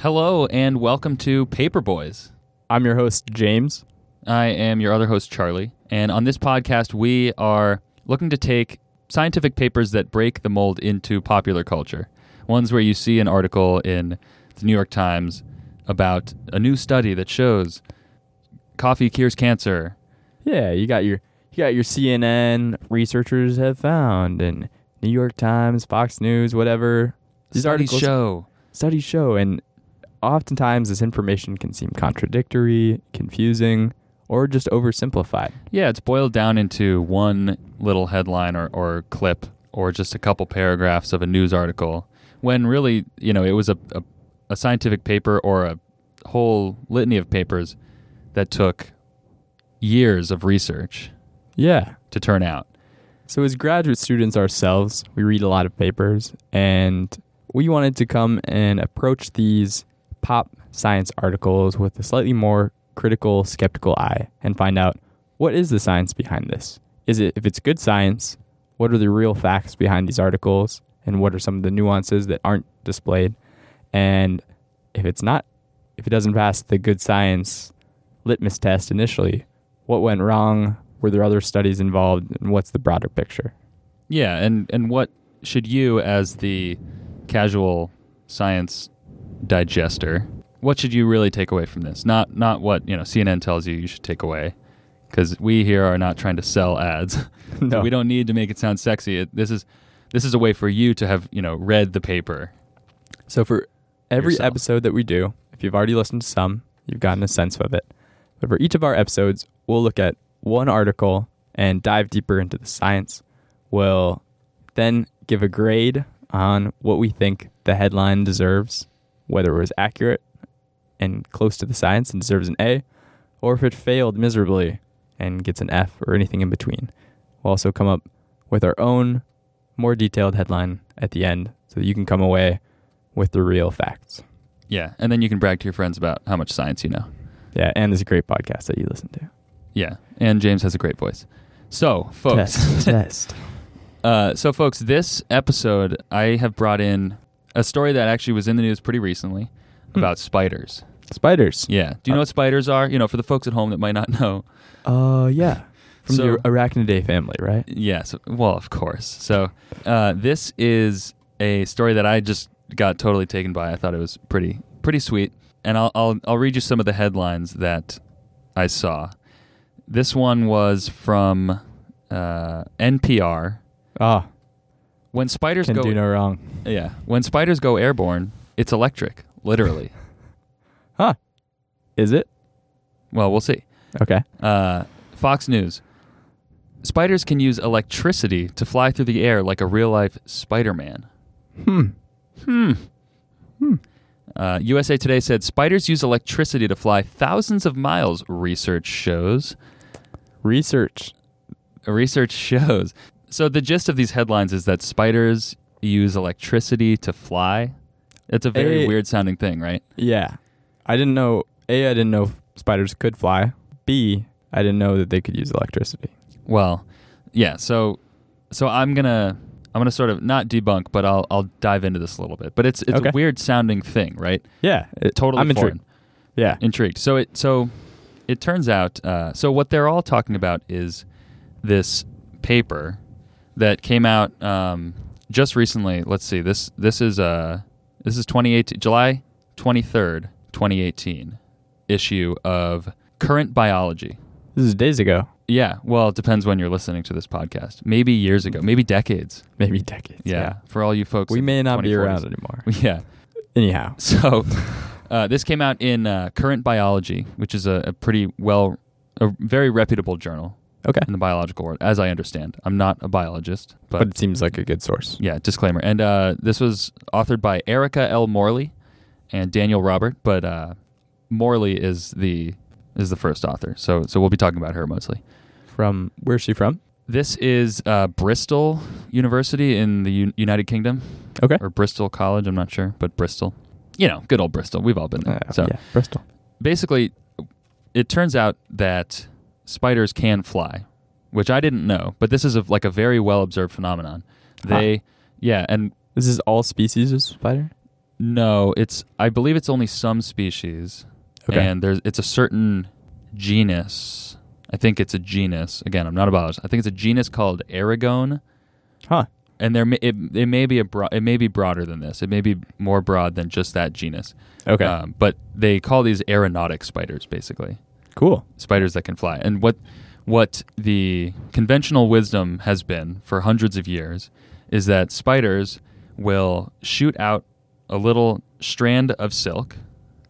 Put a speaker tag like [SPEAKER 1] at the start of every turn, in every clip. [SPEAKER 1] Hello and welcome to Paper Boys.
[SPEAKER 2] I'm your host, James.
[SPEAKER 1] I am your other host, Charlie. And on this podcast, we are looking to take scientific papers that break the mold into popular culture. Ones where you see an article in the New York Times about a new study that shows coffee cures cancer.
[SPEAKER 2] Yeah, you got your you got your CNN researchers have found and New York Times, Fox News, whatever. These
[SPEAKER 1] Studies
[SPEAKER 2] articles
[SPEAKER 1] show.
[SPEAKER 2] studies show and oftentimes this information can seem contradictory, confusing, or just oversimplified.
[SPEAKER 1] Yeah, it's boiled down into one little headline or, or clip or just a couple paragraphs of a news article when really, you know, it was a, a, a scientific paper or a whole litany of papers that took years of research
[SPEAKER 2] Yeah.
[SPEAKER 1] to turn out.
[SPEAKER 2] So, as graduate students ourselves, we read a lot of papers, and we wanted to come and approach these pop science articles with a slightly more critical, skeptical eye and find out what is the science behind this? Is it, if it's good science, what are the real facts behind these articles, and what are some of the nuances that aren't displayed? And if it's not, if it doesn't pass the good science litmus test initially, what went wrong? Were there other studies involved? And what's the broader picture?
[SPEAKER 1] Yeah, and, and what should you, as the casual science digester, what should you really take away from this? Not not what you know CNN tells you you should take away, because we here are not trying to sell ads.
[SPEAKER 2] No.
[SPEAKER 1] we don't need to make it sound sexy. It, this is this is a way for you to have you know read the paper.
[SPEAKER 2] So for every
[SPEAKER 1] Yourself.
[SPEAKER 2] episode that we do, if you've already listened to some, you've gotten a sense of it. But for each of our episodes, we'll look at one article and dive deeper into the science. We'll then give a grade on what we think the headline deserves, whether it was accurate and close to the science and deserves an A, or if it failed miserably and gets an F or anything in between. We'll also come up with our own more detailed headline at the end so that you can come away with the real facts.
[SPEAKER 1] Yeah, and then you can brag to your friends about how much science you know.
[SPEAKER 2] Yeah, and there's a great podcast that you listen to.
[SPEAKER 1] Yeah, and James has a great voice. So, folks,
[SPEAKER 2] Test, test.
[SPEAKER 1] Uh, so, folks, this episode I have brought in a story that actually was in the news pretty recently
[SPEAKER 2] Hmm.
[SPEAKER 1] about spiders.
[SPEAKER 2] Spiders.
[SPEAKER 1] Yeah. Do you know what spiders are? You know, for the folks at home that might not know.
[SPEAKER 2] Uh, yeah. From
[SPEAKER 1] So-
[SPEAKER 2] the Arachnidae family, right?
[SPEAKER 1] Yes. Well, of course. So, uh, this is a story that I just got totally taken by. I thought it was pretty, pretty sweet. And I'll, I'll, I'll read you some of the headlines that I saw. This one was from uh, NPR.
[SPEAKER 2] Ah,
[SPEAKER 1] When spiders
[SPEAKER 2] can
[SPEAKER 1] go
[SPEAKER 2] do no wrong.
[SPEAKER 1] Yeah. When spiders go airborne, it's electric, literally.
[SPEAKER 2] Huh. Is it?
[SPEAKER 1] well, we'll see.
[SPEAKER 2] Okay.
[SPEAKER 1] Uh, Fox News. Spiders can use electricity to fly through the air like a real life Spider Man.
[SPEAKER 2] Hmm.
[SPEAKER 1] Hmm. Uh, USA Today said spiders use electricity to fly thousands of miles, research shows.
[SPEAKER 2] Research.
[SPEAKER 1] Research shows. So, the gist of these headlines is that spiders use electricity to fly. It's a very
[SPEAKER 2] Eh.
[SPEAKER 1] weird sounding thing, right?
[SPEAKER 2] Yeah. I didn't know. A, I didn't know spiders could fly. B, I didn't know that they could use electricity.
[SPEAKER 1] Well, yeah. So, so I'm gonna I'm gonna sort of not debunk, but I'll I'll dive into this a little bit. But it's it's
[SPEAKER 2] Okay.
[SPEAKER 1] a weird sounding thing, right?
[SPEAKER 2] Yeah. It,
[SPEAKER 1] Totally
[SPEAKER 2] Uh, I'm
[SPEAKER 1] foreign.
[SPEAKER 2] intrigued. Yeah.
[SPEAKER 1] Intrigued. So it so it turns out. Uh, so what they're all talking about is this paper that came out um, just recently. Let's see. This this is uh this is 2018 July 23rd 2018 issue of Current Biology.
[SPEAKER 2] This is days ago.
[SPEAKER 1] Yeah, well, it depends when you're listening to this podcast. Maybe years ago, maybe decades.
[SPEAKER 2] Maybe decades.
[SPEAKER 1] Yeah, for all you folks,
[SPEAKER 2] We
[SPEAKER 1] in
[SPEAKER 2] may not be
[SPEAKER 1] 2040s.
[SPEAKER 2] around anymore.
[SPEAKER 1] Yeah.
[SPEAKER 2] Anyhow.
[SPEAKER 1] So uh, this came out in uh, Current Biology, which is a, a pretty well, a very reputable journal
[SPEAKER 2] Okay.
[SPEAKER 1] in the biological world, as I understand. I'm not a biologist, but,
[SPEAKER 2] But it seems like a good source.
[SPEAKER 1] yeah, disclaimer. And uh, this was authored by Erica L. Morley and Daniel Robert, but uh, Morley is the is the first author. So so we'll be talking about her mostly.
[SPEAKER 2] From where's she from?
[SPEAKER 1] This is uh, Bristol University in the U- United Kingdom,
[SPEAKER 2] Okay.
[SPEAKER 1] or Bristol College. I'm not sure, but Bristol. You know, good old Bristol. We've all been there.
[SPEAKER 2] Uh,
[SPEAKER 1] so
[SPEAKER 2] yeah, Bristol.
[SPEAKER 1] basically, it turns out that spiders can fly, which I didn't know, but this is a, like a very well observed phenomenon.
[SPEAKER 2] Huh.
[SPEAKER 1] They, yeah, and
[SPEAKER 2] This is all species of spider.
[SPEAKER 1] No, it's I believe it's only some species,
[SPEAKER 2] Okay.
[SPEAKER 1] and there's it's a certain genus. I think it's a genus. Again, I'm not a biologist. I think it's a genus called Aragone,
[SPEAKER 2] Huh.
[SPEAKER 1] and there may, it, it may be a bro- it may be broader than this. It may be more broad than just that genus.
[SPEAKER 2] Okay.
[SPEAKER 1] Um, but they call these aeronautic spiders, basically
[SPEAKER 2] cool.
[SPEAKER 1] spiders that can fly. And what what the conventional wisdom has been for hundreds of years is that spiders will shoot out a little strand of silk,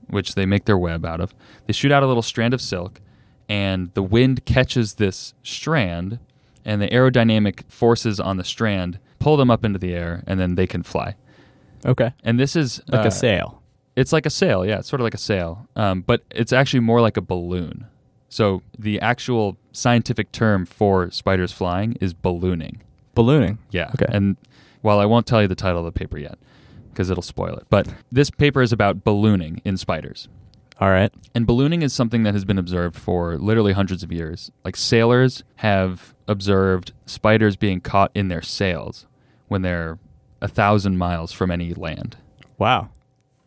[SPEAKER 1] which they make their web out of. They shoot out a little strand of silk, and the wind catches this strand, and the aerodynamic forces on the strand pull them up into the air, and then they can fly.
[SPEAKER 2] Okay.
[SPEAKER 1] And this is
[SPEAKER 2] Like
[SPEAKER 1] uh,
[SPEAKER 2] a sail.
[SPEAKER 1] it's like a sail, yeah. It's sort of like a sail, um, but it's actually more like a balloon. So the actual scientific term for spiders flying is ballooning.
[SPEAKER 2] Ballooning.
[SPEAKER 1] Yeah.
[SPEAKER 2] Okay.
[SPEAKER 1] And while I won't tell you the title of the paper yet, because it'll spoil it, but this paper is about ballooning in spiders.
[SPEAKER 2] All right.
[SPEAKER 1] And ballooning is something that has been observed for literally hundreds of years. Like sailors have observed spiders being caught in their sails when they're a thousand miles from any land.
[SPEAKER 2] Wow.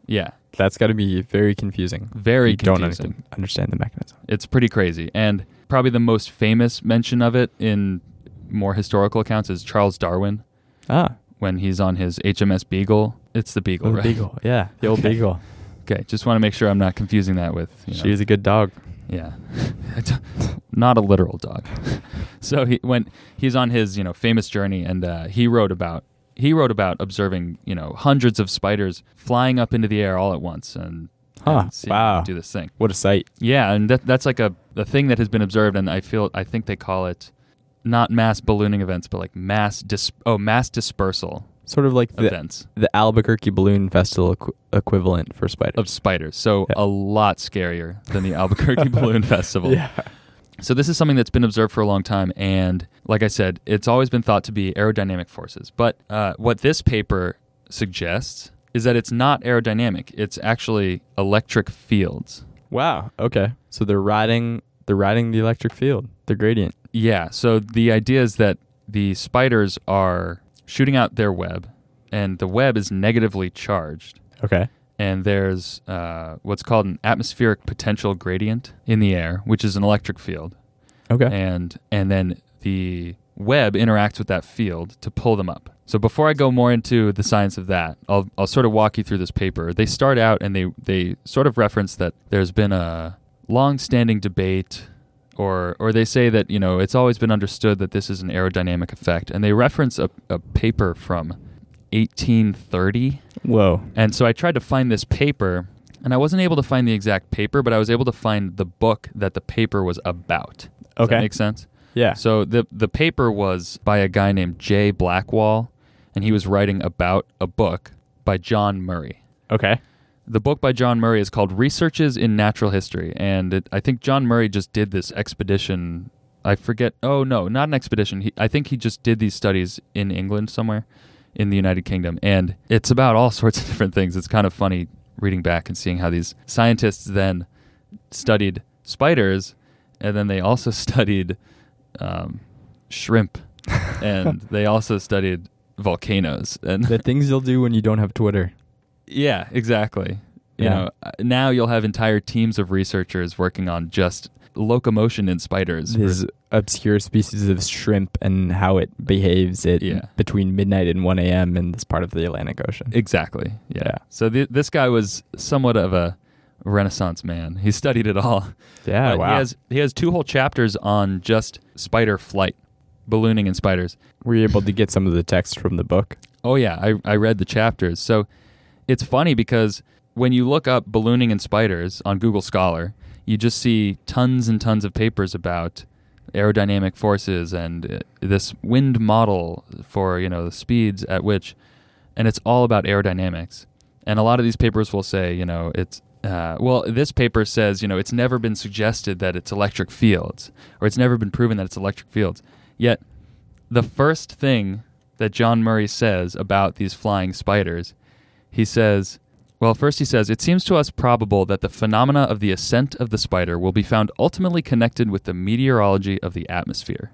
[SPEAKER 1] Yeah.
[SPEAKER 2] That's got to be very confusing.
[SPEAKER 1] Very
[SPEAKER 2] You
[SPEAKER 1] confusing.
[SPEAKER 2] Don't un- understand the mechanism.
[SPEAKER 1] It's pretty crazy. And probably the most famous mention of it in more historical accounts is Charles Darwin
[SPEAKER 2] Ah.
[SPEAKER 1] when he's on his HMS Beagle. It's the Beagle,
[SPEAKER 2] Oh, the
[SPEAKER 1] right?
[SPEAKER 2] beagle. Yeah. The old
[SPEAKER 1] Okay.
[SPEAKER 2] beagle.
[SPEAKER 1] Okay, just want to make sure I'm not confusing that with. You know,
[SPEAKER 2] She's a good dog.
[SPEAKER 1] yeah, It's not a literal dog. so he when he's on his you know famous journey, and uh, he wrote about he wrote about observing you know hundreds of spiders flying up into the air all at once and,
[SPEAKER 2] Huh,
[SPEAKER 1] and seeing them
[SPEAKER 2] wow.
[SPEAKER 1] do this thing.
[SPEAKER 2] What a sight.
[SPEAKER 1] Yeah, and that, that's like a, a thing that has been observed, and I feel I think they call it not mass ballooning events, but like mass dis- oh mass dispersal
[SPEAKER 2] Sort of like the,
[SPEAKER 1] events
[SPEAKER 2] the Albuquerque Balloon Festival equ- equivalent for spiders.
[SPEAKER 1] of spiders. So
[SPEAKER 2] Yeah.
[SPEAKER 1] a lot scarier than the Albuquerque Balloon Festival.
[SPEAKER 2] Yeah.
[SPEAKER 1] So this is something that's been observed for a long time, and like I said, it's always been thought to be aerodynamic forces. But uh, what this paper suggests is that it's not aerodynamic; it's actually electric fields.
[SPEAKER 2] Wow. Okay. So they're riding they're riding the electric field, the gradient.
[SPEAKER 1] Yeah. So the idea is that the spiders are shooting out their web, and the web is negatively charged.
[SPEAKER 2] Okay.
[SPEAKER 1] And there's uh, what's called an atmospheric potential gradient in the air, which is an electric field,
[SPEAKER 2] Okay.
[SPEAKER 1] and and then the web interacts with that field to pull them up. So before I go more into the science of that, I'll, I'll sort of walk you through this paper. They start out and they they sort of reference that there's been a long-standing debate or or they say that, you know, it's always been understood that this is an aerodynamic effect and they reference a, a paper from 1830
[SPEAKER 2] Whoa.
[SPEAKER 1] and so I tried to find this paper and I wasn't able to find the exact paper, but I was able to find the book that the paper was about. Does
[SPEAKER 2] Okay.
[SPEAKER 1] that make sense?
[SPEAKER 2] Yeah.
[SPEAKER 1] So the the paper was by a guy named Jay Blackwall, and he was writing about a book by John Murray.
[SPEAKER 2] Okay.
[SPEAKER 1] The book by John Murray is called Researches in Natural History, and it, I think John Murray just did this expedition. I forget. Oh no, not an expedition. He, I think he just did these studies in England somewhere, in the United Kingdom, and it's about all sorts of different things. It's kind of funny reading back and seeing how these scientists then studied spiders, and then they also studied um, shrimp, and they also studied volcanoes. And
[SPEAKER 2] the things you'll do when you don't have Twitter.
[SPEAKER 1] yeah, exactly. You
[SPEAKER 2] Yeah.
[SPEAKER 1] know, uh, now you'll have entire teams of researchers working on just locomotion in spiders.
[SPEAKER 2] These obscure species of shrimp and how it behaves at
[SPEAKER 1] Yeah.
[SPEAKER 2] between midnight and 1 a.m. in this part of the Atlantic Ocean.
[SPEAKER 1] Exactly. Yeah.
[SPEAKER 2] Yeah.
[SPEAKER 1] So th- this guy was somewhat of a Renaissance man. He studied it all.
[SPEAKER 2] yeah.
[SPEAKER 1] Uh,
[SPEAKER 2] Oh, wow.
[SPEAKER 1] He has he has two whole chapters on just spider flight, ballooning in spiders.
[SPEAKER 2] Were you able to get some of the text from the book?
[SPEAKER 1] Oh yeah, I, I read the chapters. So it's funny because when you look up ballooning and spiders on Google Scholar, you just see tons and tons of papers about aerodynamic forces and uh, this wind model for you know the speeds at which, and it's all about aerodynamics. And a lot of these papers will say you know it's. Uh, well, this paper says, you know, it's never been suggested that it's electric fields, or it's never been proven that it's electric fields. Yet, the first thing that John Murray says about these flying spiders, he says, well, first he says, it seems to us probable that the phenomena of the ascent of the spider will be found ultimately connected with the meteorology of the atmosphere,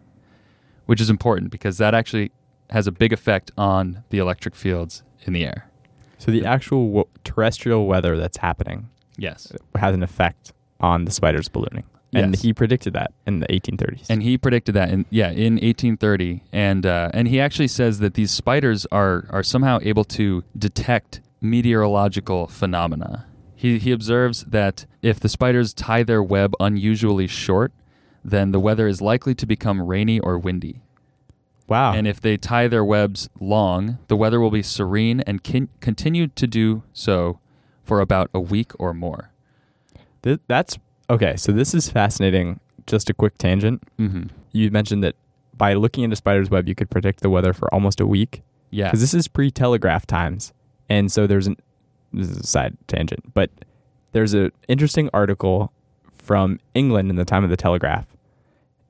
[SPEAKER 1] which is important because that actually has a big effect on the electric fields in the air.
[SPEAKER 2] So the actual w- terrestrial weather that's happening
[SPEAKER 1] Yes.
[SPEAKER 2] has an effect on the spider's ballooning. And
[SPEAKER 1] Yes.
[SPEAKER 2] he predicted that in the 1830s.
[SPEAKER 1] And he predicted that in yeah in 1830, and uh, and he actually says that these spiders are are somehow able to detect meteorological phenomena. He he observes that if the spiders tie their web unusually short, then the weather is likely to become rainy or windy.
[SPEAKER 2] wow.
[SPEAKER 1] And if they tie their webs long, the weather will be serene and kin- continue to do so for about a week or more.
[SPEAKER 2] Th- that's okay. So this is fascinating. Just a quick tangent.
[SPEAKER 1] Mm-hmm.
[SPEAKER 2] You mentioned that by looking into spider's web, you could predict the weather for almost a week
[SPEAKER 1] Yeah.
[SPEAKER 2] because this is pre-telegraph times, and so there's an this is a side tangent, but there's an interesting article from England in the time of the telegraph,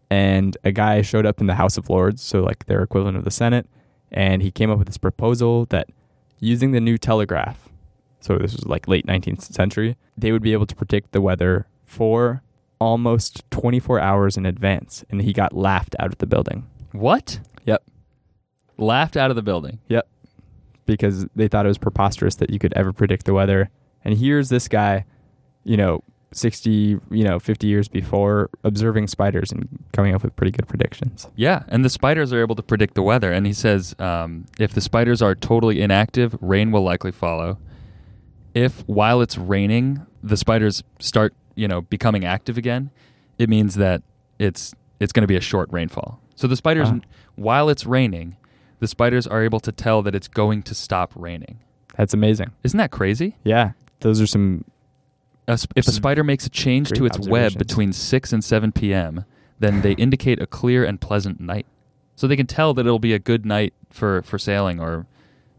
[SPEAKER 2] and a guy showed up in the House of Lords, so like their equivalent of the Senate, and he came up with this proposal that using the new telegraph, so this was like late 19th century, they would be able to predict the weather for almost 24 hours in advance, and he got laughed out of the building.
[SPEAKER 1] What?
[SPEAKER 2] Yep.
[SPEAKER 1] Laughed out of the building.
[SPEAKER 2] Yep. Because they thought it was preposterous that you could ever predict the weather. And here's this guy, you know, 60, you know, 50 years before observing spiders and coming up with pretty good predictions.
[SPEAKER 1] Yeah, and the spiders are able to predict the weather. And he says um, if the spiders are totally inactive, rain will likely follow. If while it's raining, the spiders start, you know, becoming active again, it means that it's it's going to be a short rainfall. So the spiders,
[SPEAKER 2] Ah.
[SPEAKER 1] while it's raining, the spiders are able to tell that it's going to stop raining.
[SPEAKER 2] That's amazing.
[SPEAKER 1] Isn't that crazy?
[SPEAKER 2] Yeah. Those are some
[SPEAKER 1] A sp- if a
[SPEAKER 2] Some
[SPEAKER 1] spider makes a change to
[SPEAKER 2] great
[SPEAKER 1] its web
[SPEAKER 2] observations.
[SPEAKER 1] between 6 and 7 p.m., then they indicate a clear and pleasant night. So they can tell that it'll be a good night for, for sailing or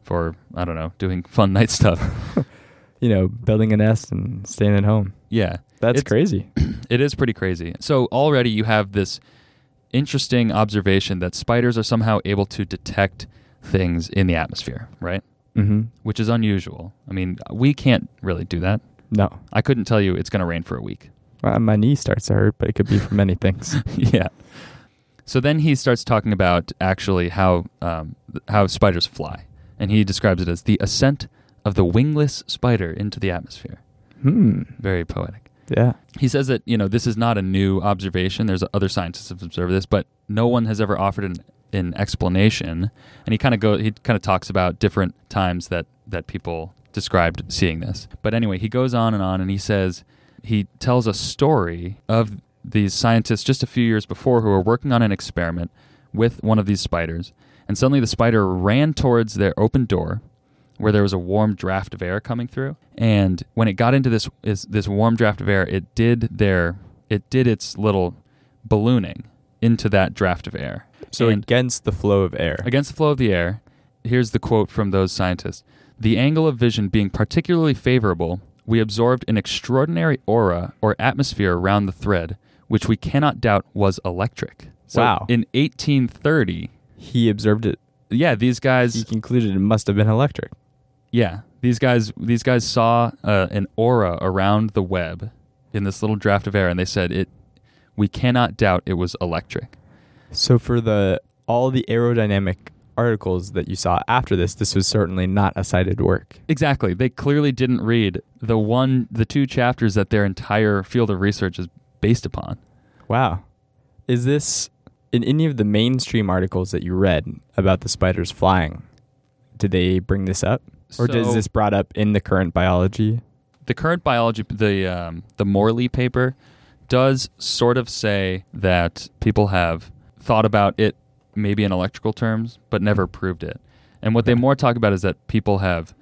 [SPEAKER 1] for, I don't know, doing fun night stuff.
[SPEAKER 2] you know, building a nest and staying at home.
[SPEAKER 1] yeah.
[SPEAKER 2] That's
[SPEAKER 1] It's-
[SPEAKER 2] crazy.
[SPEAKER 1] It is pretty crazy. So already you have this interesting observation that spiders are somehow able to detect things in the atmosphere, right?
[SPEAKER 2] mm-hmm.
[SPEAKER 1] Which is unusual. I mean, we can't really do that.
[SPEAKER 2] No.
[SPEAKER 1] I couldn't tell you it's going to rain for a week.
[SPEAKER 2] Well, my knee starts to hurt, but it could be from many things.
[SPEAKER 1] yeah. So then he starts talking about actually how um, th- how spiders fly, and he describes it as the ascent of the wingless spider into the atmosphere.
[SPEAKER 2] hmm.
[SPEAKER 1] Very poetic.
[SPEAKER 2] Yeah.
[SPEAKER 1] He says that you know this is not a new observation. There's other scientists have observed this, but no one has ever offered an, an explanation. And he kind of go he kind of talks about different times that that people described seeing this. But anyway, he goes on and on, and he says he tells a story of these scientists just a few years before who were working on an experiment with one of these spiders, and suddenly the spider ran towards their open door where there was a warm draft of air coming through. And when it got into this is this warm draft of air, it did their it did its little ballooning into that draft of air.
[SPEAKER 2] So
[SPEAKER 1] And
[SPEAKER 2] against the flow of air.
[SPEAKER 1] against the flow of the air, here's the quote from those scientists. The angle of vision being particularly favorable, we absorbed an extraordinary aura or atmosphere around the thread, which we cannot doubt was electric. So
[SPEAKER 2] Wow.
[SPEAKER 1] in 1830,
[SPEAKER 2] He observed it.
[SPEAKER 1] yeah, these guys
[SPEAKER 2] He concluded it must have been electric.
[SPEAKER 1] Yeah, these guys these guys saw uh, an aura around the web in this little draft of air, and they said it. We cannot doubt it was electric.
[SPEAKER 2] So for the all the aerodynamic articles that you saw after this, this was certainly not a cited work.
[SPEAKER 1] Exactly. They clearly didn't read the one, the two chapters that their entire field of research is based upon.
[SPEAKER 2] Wow. Is this in any of the mainstream articles that you read about the spiders flying? Did they bring this up? Or
[SPEAKER 1] So-
[SPEAKER 2] is this brought up in the current biology?
[SPEAKER 1] the current biology, the um, the Morley paper, does sort of say that people have thought about it maybe in electrical terms, but never proved it. And what they
[SPEAKER 2] Okay.
[SPEAKER 1] more talk about is that people have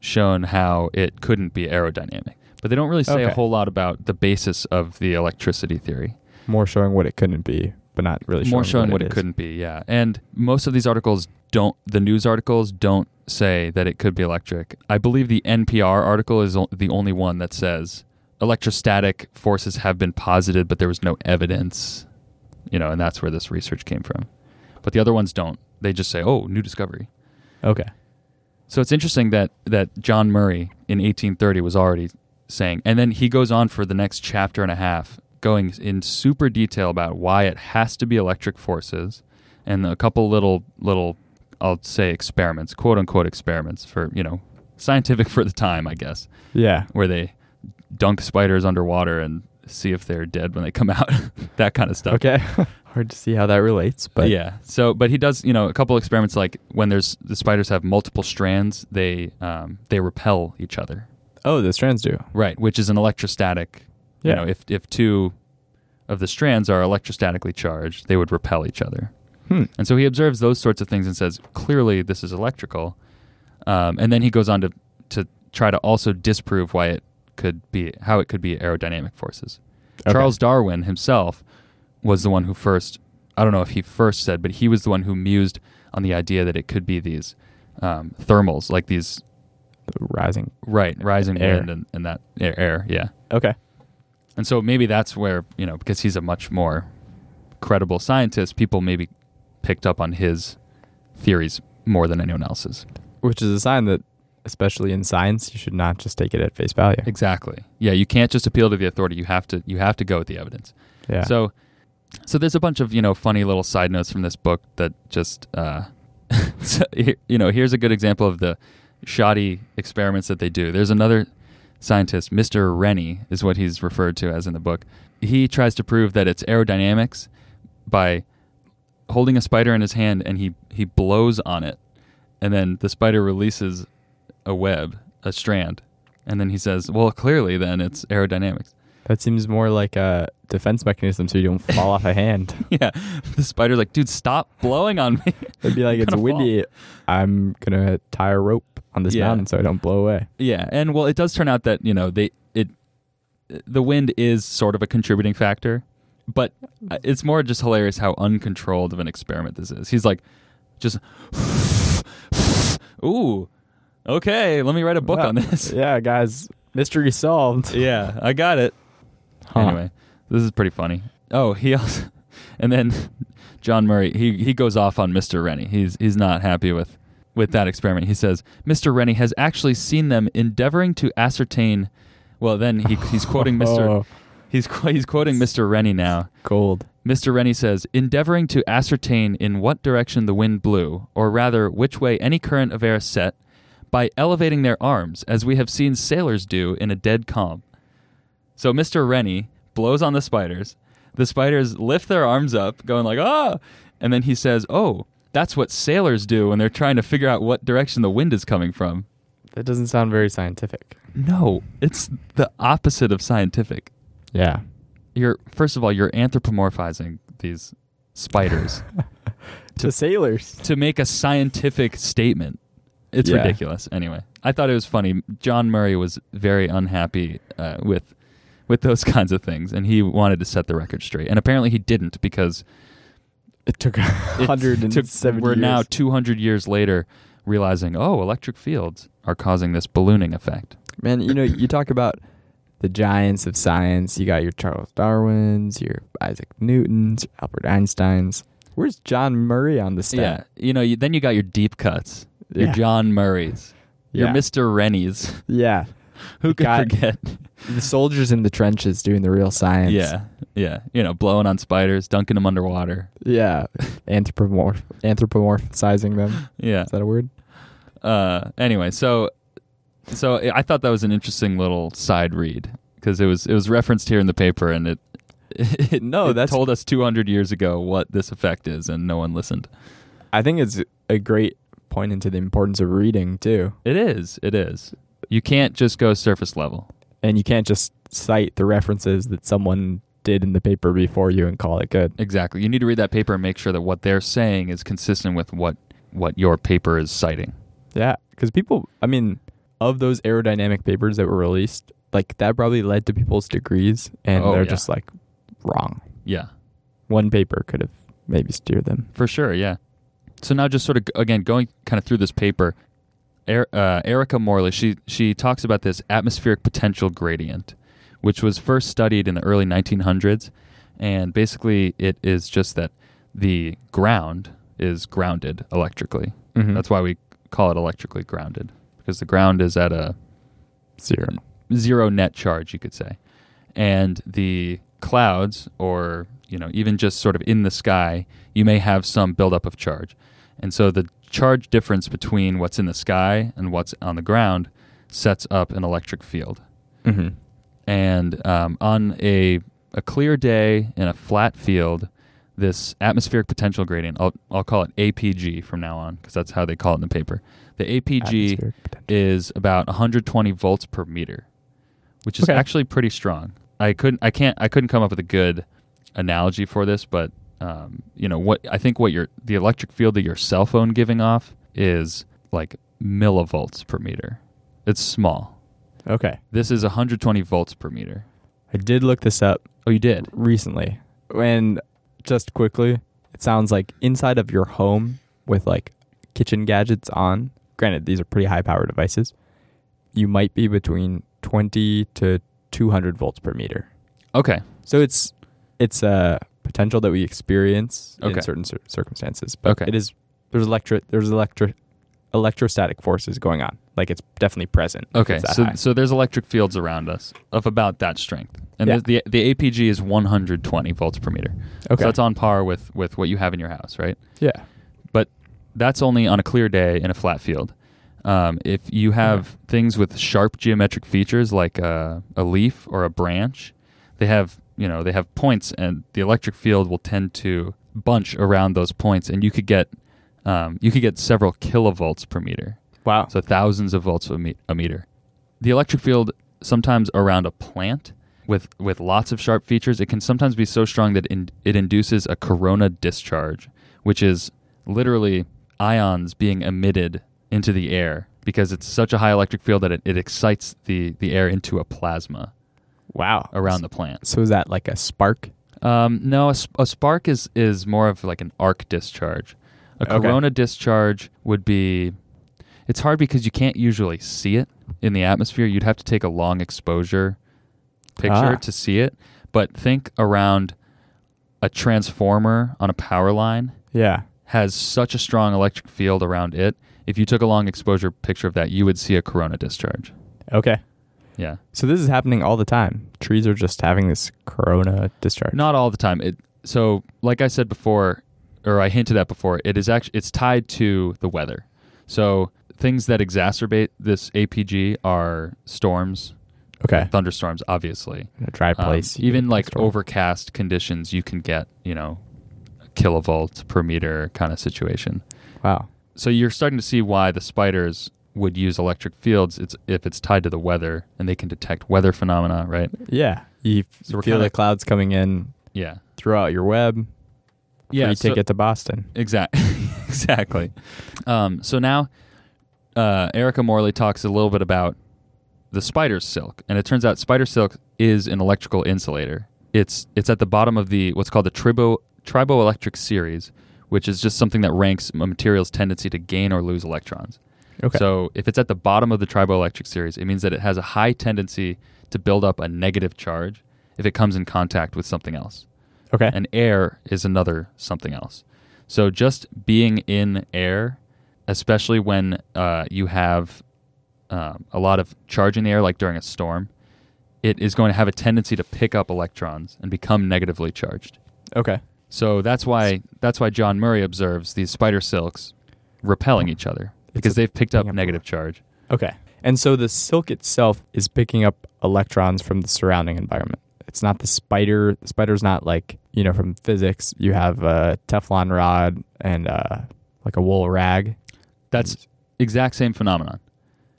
[SPEAKER 1] shown how it couldn't be aerodynamic, but they don't really say a
[SPEAKER 2] Okay.
[SPEAKER 1] whole lot about the basis of the electricity theory.
[SPEAKER 2] More showing what it couldn't be, but not really
[SPEAKER 1] More showing what, it,
[SPEAKER 2] is.
[SPEAKER 1] couldn't be, yeah. And most of these articles don't, the news articles don't say that it could be electric. I believe the NPR article is o- the only one that says electrostatic forces have been posited, but there was no evidence, you know, and that's where this research came from. But the other ones don't. They just say, oh, new discovery.
[SPEAKER 2] Okay.
[SPEAKER 1] So it's interesting that that John Murray in 1830 was already saying, and then he goes on for the next chapter and a half, going in super detail about why it has to be electric forces, and a couple little little, I'll say experiments, quote unquote experiments for you know scientific for the time, I guess,
[SPEAKER 2] Yeah.
[SPEAKER 1] where they dunk spiders underwater and see if they're dead when they come out, that kind of stuff.
[SPEAKER 2] Okay. Hard to see how that relates, but
[SPEAKER 1] yeah, so but he does, you know, a couple experiments like when there's the spiders have multiple strands, they um, they repel each other,
[SPEAKER 2] Oh, the strands do.
[SPEAKER 1] right? Which is an electrostatic.
[SPEAKER 2] Yeah.
[SPEAKER 1] You know, if if two of the strands are electrostatically charged, they would repel each other.
[SPEAKER 2] Hmm.
[SPEAKER 1] And so he observes those sorts of things and says, clearly this is electrical. Um, and then he goes on to to try to also disprove why it could be how it could be aerodynamic forces.
[SPEAKER 2] Okay.
[SPEAKER 1] Charles Darwin himself was the one who first I don't know if he first said, but he was the one who mused on the idea that it could be these um, thermals, like these
[SPEAKER 2] The rising.
[SPEAKER 1] right rising
[SPEAKER 2] Air.
[SPEAKER 1] wind and, and that air, air, yeah.
[SPEAKER 2] Okay.
[SPEAKER 1] And so maybe that's where you know because he's a much more credible scientist, people maybe picked up on his theories more than anyone else's.
[SPEAKER 2] Which is a sign that, especially in science, you should not just take it at face value.
[SPEAKER 1] Exactly. Yeah, you can't just appeal to the authority. You have to you have to go with the evidence.
[SPEAKER 2] Yeah.
[SPEAKER 1] So, so there's a bunch of you know funny little side notes from this book that just uh, so, he- you know here's a good example of the shoddy experiments that they do. There's another scientist, Mr. Rennie, is what he's referred to as in the book. He tries to prove that it's aerodynamics by holding a spider in his hand and he he blows on it, and then the spider releases a web, a strand, and then he says, "Well, clearly then it's aerodynamics."
[SPEAKER 2] that seems more like a defense mechanism so you don't fall off a hand.
[SPEAKER 1] yeah. The spider's like, dude, stop blowing on me.
[SPEAKER 2] It'd be like,
[SPEAKER 1] I'm
[SPEAKER 2] it's
[SPEAKER 1] gonna
[SPEAKER 2] windy.
[SPEAKER 1] fall."
[SPEAKER 2] I'm going to tie a rope on this
[SPEAKER 1] Yeah.
[SPEAKER 2] mountain so I don't blow away.
[SPEAKER 1] Yeah. And well, it does turn out that, you know, they, it, the wind is sort of a contributing factor, but it's more just hilarious how uncontrolled of an experiment this is. He's like, just, ooh, okay, let me write a book
[SPEAKER 2] Well,
[SPEAKER 1] on this.
[SPEAKER 2] Yeah, guys. Mystery solved.
[SPEAKER 1] Yeah, I got it.
[SPEAKER 2] Huh.
[SPEAKER 1] Anyway, this is pretty funny. Oh, he also, and then John Murray he he goes off on Mr. Rennie. He's he's not happy with with that experiment. He says Mr. Rennie has actually seen them endeavoring to ascertain. Well, then he, he's quoting Mr.
[SPEAKER 2] Oh,
[SPEAKER 1] He's qu- he's quoting Mr. Rennie now.
[SPEAKER 2] Gold.
[SPEAKER 1] Mr. Rennie says, endeavoring to ascertain in what direction the wind blew, or rather which way any current of air set, by elevating their arms, as we have seen sailors do in a dead calm. So Mr. Rennie blows on the spiders. The spiders lift their arms up, going like, ah! And then he says, oh, that's what sailors do when they're trying to figure out what direction the wind is coming from.
[SPEAKER 2] That doesn't sound very scientific.
[SPEAKER 1] No, it's the opposite of scientific.
[SPEAKER 2] Yeah.
[SPEAKER 1] You're, first of all, you're anthropomorphizing these spiders.
[SPEAKER 2] To sailors.
[SPEAKER 1] to make a scientific statement. It's
[SPEAKER 2] Yeah.
[SPEAKER 1] ridiculous. Anyway, I thought it was funny. John Murray was very unhappy uh, with with those kinds of things, and he wanted to set the record straight. And apparently, he didn't because
[SPEAKER 2] It took
[SPEAKER 1] it
[SPEAKER 2] 170
[SPEAKER 1] took- We're now
[SPEAKER 2] years.
[SPEAKER 1] two hundred years later, realizing oh, electric fields are causing this ballooning effect.
[SPEAKER 2] Man, you know, you talk about the giants of science. You got your Charles Darwin's, your Isaac Newton's, Albert Einstein's. Where's John Murray on the
[SPEAKER 1] Yeah,
[SPEAKER 2] stat?
[SPEAKER 1] you know. You, then you got your deep cuts,
[SPEAKER 2] Yeah.
[SPEAKER 1] your John Murrays,
[SPEAKER 2] Yeah.
[SPEAKER 1] your Mister Rennies.
[SPEAKER 2] Yeah.
[SPEAKER 1] Who
[SPEAKER 2] You
[SPEAKER 1] could
[SPEAKER 2] got-
[SPEAKER 1] forget?
[SPEAKER 2] The soldiers in the trenches doing the real science.
[SPEAKER 1] Yeah, yeah. You know, blowing on spiders, dunking them underwater.
[SPEAKER 2] Yeah. Anthropomorph- anthropomorphizing them.
[SPEAKER 1] Yeah.
[SPEAKER 2] Is that a word?
[SPEAKER 1] uh anyway so so i I thought that was an interesting little side read because it was it was referenced here in the paper and it, it
[SPEAKER 2] No,
[SPEAKER 1] it
[SPEAKER 2] Oh, that's-
[SPEAKER 1] told us 200 years ago what this effect is and no one listened
[SPEAKER 2] I think it's a great point into the importance of reading, too.
[SPEAKER 1] it is it is you can't just go surface level
[SPEAKER 2] And you can't just cite the references that someone did in the paper before you and call it good.
[SPEAKER 1] exactly you need to read that paper and make sure that what they're saying is consistent with what what your paper is citing
[SPEAKER 2] Yeah, because people, I mean, of those aerodynamic papers that were released, like that probably led to people's degrees, and
[SPEAKER 1] Oh,
[SPEAKER 2] they're
[SPEAKER 1] yeah.
[SPEAKER 2] just like wrong.
[SPEAKER 1] yeah
[SPEAKER 2] One paper could have maybe steered them.
[SPEAKER 1] For sure, yeah. So now, just sort of again going kind of through this paper, er, uh, Erica Morley she she talks about this atmospheric potential gradient, which was first studied in the early 1900s, and basically it is just that the ground is grounded electrically.
[SPEAKER 2] Mhm.
[SPEAKER 1] That's why we call it electrically grounded because the ground is at a
[SPEAKER 2] Zero.
[SPEAKER 1] zero net charge, you could say. And the clouds, or you know, even just sort of in the sky, you may have some buildup of charge. And so the charge difference between what's in the sky and what's on the ground sets up an electric field.
[SPEAKER 2] hmm
[SPEAKER 1] Mm-hmm. And um, on a, a clear day in a flat field, this atmospheric potential gradient, I'll, I'll call it APG from now on because that's how they call it in the paper. The APG
[SPEAKER 2] Atmospheric potential.
[SPEAKER 1] is about 120 volts per meter, which is
[SPEAKER 2] Okay.
[SPEAKER 1] actually pretty strong. I couldn't, I can't, I couldn't come up with a good analogy for this, but um, you know what? I think what your the electric field that your cell phone giving off is like millivolts per meter. It's small.
[SPEAKER 2] Okay.
[SPEAKER 1] This is 120 volts per meter.
[SPEAKER 2] I did look this up
[SPEAKER 1] Oh, you did?
[SPEAKER 2] recently. And just quickly, it sounds like inside of your home with like kitchen gadgets on, granted, these are pretty high power devices, you might be between 20 to 200 volts per meter.
[SPEAKER 1] Okay.
[SPEAKER 2] So it's it's a potential that we experience
[SPEAKER 1] Okay.
[SPEAKER 2] in certain cir- circumstances. But
[SPEAKER 1] Okay.
[SPEAKER 2] it is there's electric there's electric electrostatic forces going on. Like it's definitely present. if
[SPEAKER 1] Okay.
[SPEAKER 2] it's that
[SPEAKER 1] So,
[SPEAKER 2] high.
[SPEAKER 1] so there's electric fields around us of about that strength, and
[SPEAKER 2] Yeah.
[SPEAKER 1] the, the the APG is 120 volts per meter.
[SPEAKER 2] Okay.
[SPEAKER 1] So that's on par with with what you have in your house, right?
[SPEAKER 2] yeah.
[SPEAKER 1] but that's only on a clear day in a flat field. Um, if you have things with sharp geometric features like a, a leaf or a branch, they have you know they have points, and the electric field will tend to bunch around those points, and you could get um, you could get several kilovolts per meter,
[SPEAKER 2] Wow.
[SPEAKER 1] so thousands of volts a, me- a meter. The electric field sometimes around a plant with with lots of sharp features, it can sometimes be so strong that in, it induces a corona discharge, which is literally ions being emitted into the air because it's such a high electric field that it, it excites the, the air into a plasma
[SPEAKER 2] wow.
[SPEAKER 1] around the plant.
[SPEAKER 2] So is that like a spark?
[SPEAKER 1] Um, no, a, sp- a spark is, is more of like an arc discharge. A
[SPEAKER 2] Okay.
[SPEAKER 1] corona discharge would be. It's hard because you can't usually see it in the atmosphere. You'd have to take a long exposure picture
[SPEAKER 2] Ah.
[SPEAKER 1] to see it. But think around a transformer on a power line
[SPEAKER 2] Yeah.
[SPEAKER 1] has such a strong electric field around it. If you took a long exposure picture of that, you would see a corona discharge.
[SPEAKER 2] Okay.
[SPEAKER 1] Yeah.
[SPEAKER 2] So this is happening all the time. Trees are just having this corona discharge.
[SPEAKER 1] Not all the time. It so like I said before, or I hinted at before, it is actually it's tied to the weather. So things that exacerbate this APG are storms,
[SPEAKER 2] okay.
[SPEAKER 1] thunderstorms, obviously.
[SPEAKER 2] In a dry
[SPEAKER 1] Um,
[SPEAKER 2] place. you
[SPEAKER 1] even
[SPEAKER 2] get
[SPEAKER 1] like
[SPEAKER 2] storm.
[SPEAKER 1] overcast conditions, you can get you know kilovolt per meter kind of situation.
[SPEAKER 2] Wow.
[SPEAKER 1] so you're starting to see why the spiders would use electric fields it's if it's tied to the weather and they can detect weather phenomena right
[SPEAKER 2] Yeah. You f-
[SPEAKER 1] So we're
[SPEAKER 2] feel
[SPEAKER 1] kinda-
[SPEAKER 2] the clouds coming in
[SPEAKER 1] yeah
[SPEAKER 2] throughout your web.
[SPEAKER 1] yeah
[SPEAKER 2] Free
[SPEAKER 1] so-
[SPEAKER 2] ticket to Boston.
[SPEAKER 1] exact exactly um, so now uh, erica morley talks a little bit about the spider silk and it turns out spider silk is an electrical insulator it's it's at the bottom of the what's called the tribo triboelectric series which is just something that ranks a material's tendency to gain or lose electrons
[SPEAKER 2] Okay.
[SPEAKER 1] So if it's at the bottom of the triboelectric series, it means that it has a high tendency to build up a negative charge if it comes in contact with something else.
[SPEAKER 2] okay.
[SPEAKER 1] And air is another something else. So just being in air, especially when uh, you have um, a lot of charge in the air, like during a storm, it is going to have a tendency to pick up electrons and become negatively charged.
[SPEAKER 2] okay.
[SPEAKER 1] So that's why that's why John Murray observes these spider silks repelling each other because
[SPEAKER 2] a-
[SPEAKER 1] they've picked up
[SPEAKER 2] picking up
[SPEAKER 1] negative charge.
[SPEAKER 2] Okay. And so the silk itself is picking up electrons from the surrounding environment. It's not the spider. The spider's not like, you know, from physics, you have a Teflon rod and uh, like a wool rag.
[SPEAKER 1] That's exact same phenomenon.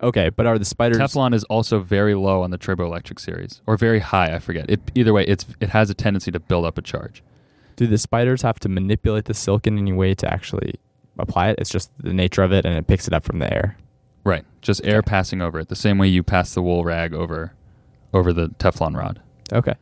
[SPEAKER 2] Okay. But are the spiders.
[SPEAKER 1] Teflon is also very low on the triboelectric series, or very high. I forget. It, either way, it's it has a tendency to build up a charge.
[SPEAKER 2] Do the spiders have to manipulate the silk in any way to actually apply it? It's just the nature of it and it picks it up from the air.
[SPEAKER 1] Right, just air
[SPEAKER 2] Okay.
[SPEAKER 1] passing over it, the same way you pass the wool rag over, over the Teflon rod.
[SPEAKER 2] Okay.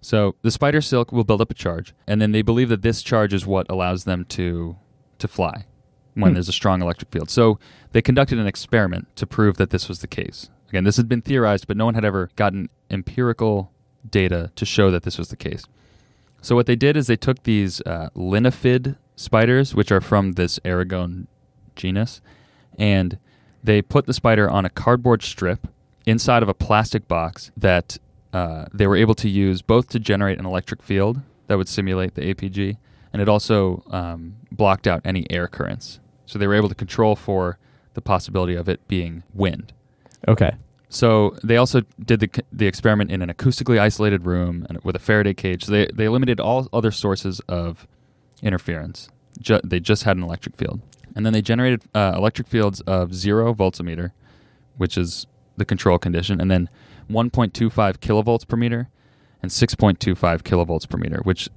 [SPEAKER 1] So the spider silk will build up a charge, and then they believe that this charge is what allows them to to fly when
[SPEAKER 2] Hmm.
[SPEAKER 1] there's a strong electric field. So they conducted an experiment to prove that this was the case. Again, this had been theorized, but no one had ever gotten empirical data to show that this was the case. So what they did is they took these uh, linifid spiders, which are from this Aragon genus, and they put the spider on a cardboard strip inside of a plastic box that uh, they were able to use both to generate an electric field that would simulate the APG, and it also um, blocked out any air currents. So they were able to control for the possibility of it being wind.
[SPEAKER 2] Okay.
[SPEAKER 1] So they also did the, c- the experiment in an acoustically isolated room and with a Faraday cage. So they, they limited all other sources of interference. Ju- they just had an electric field. And then they generated uh, electric fields of zero volts a meter, which is the control condition, and then 1.25 kilovolts per meter and 6.25 kilovolts per meter, which